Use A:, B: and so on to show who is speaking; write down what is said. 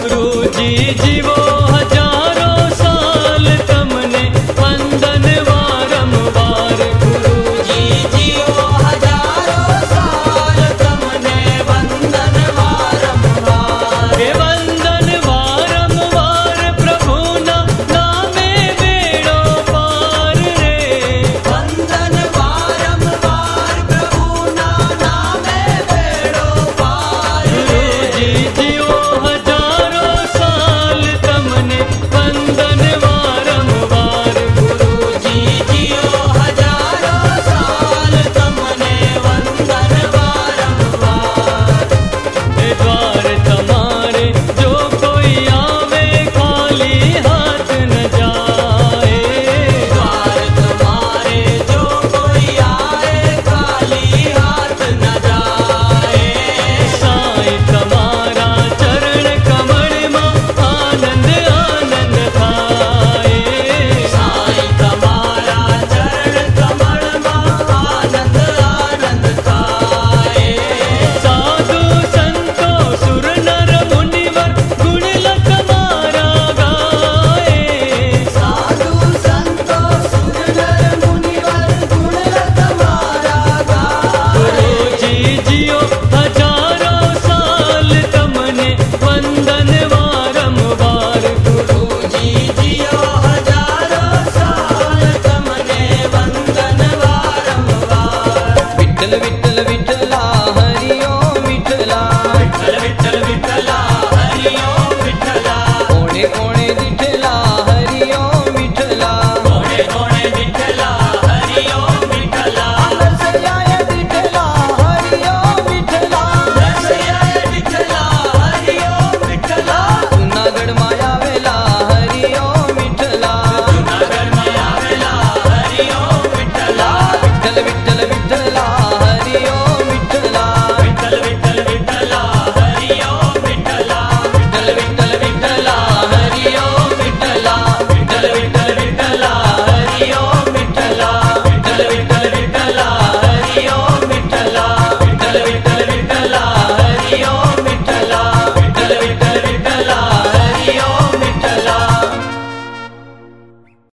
A: गुरु जी जीव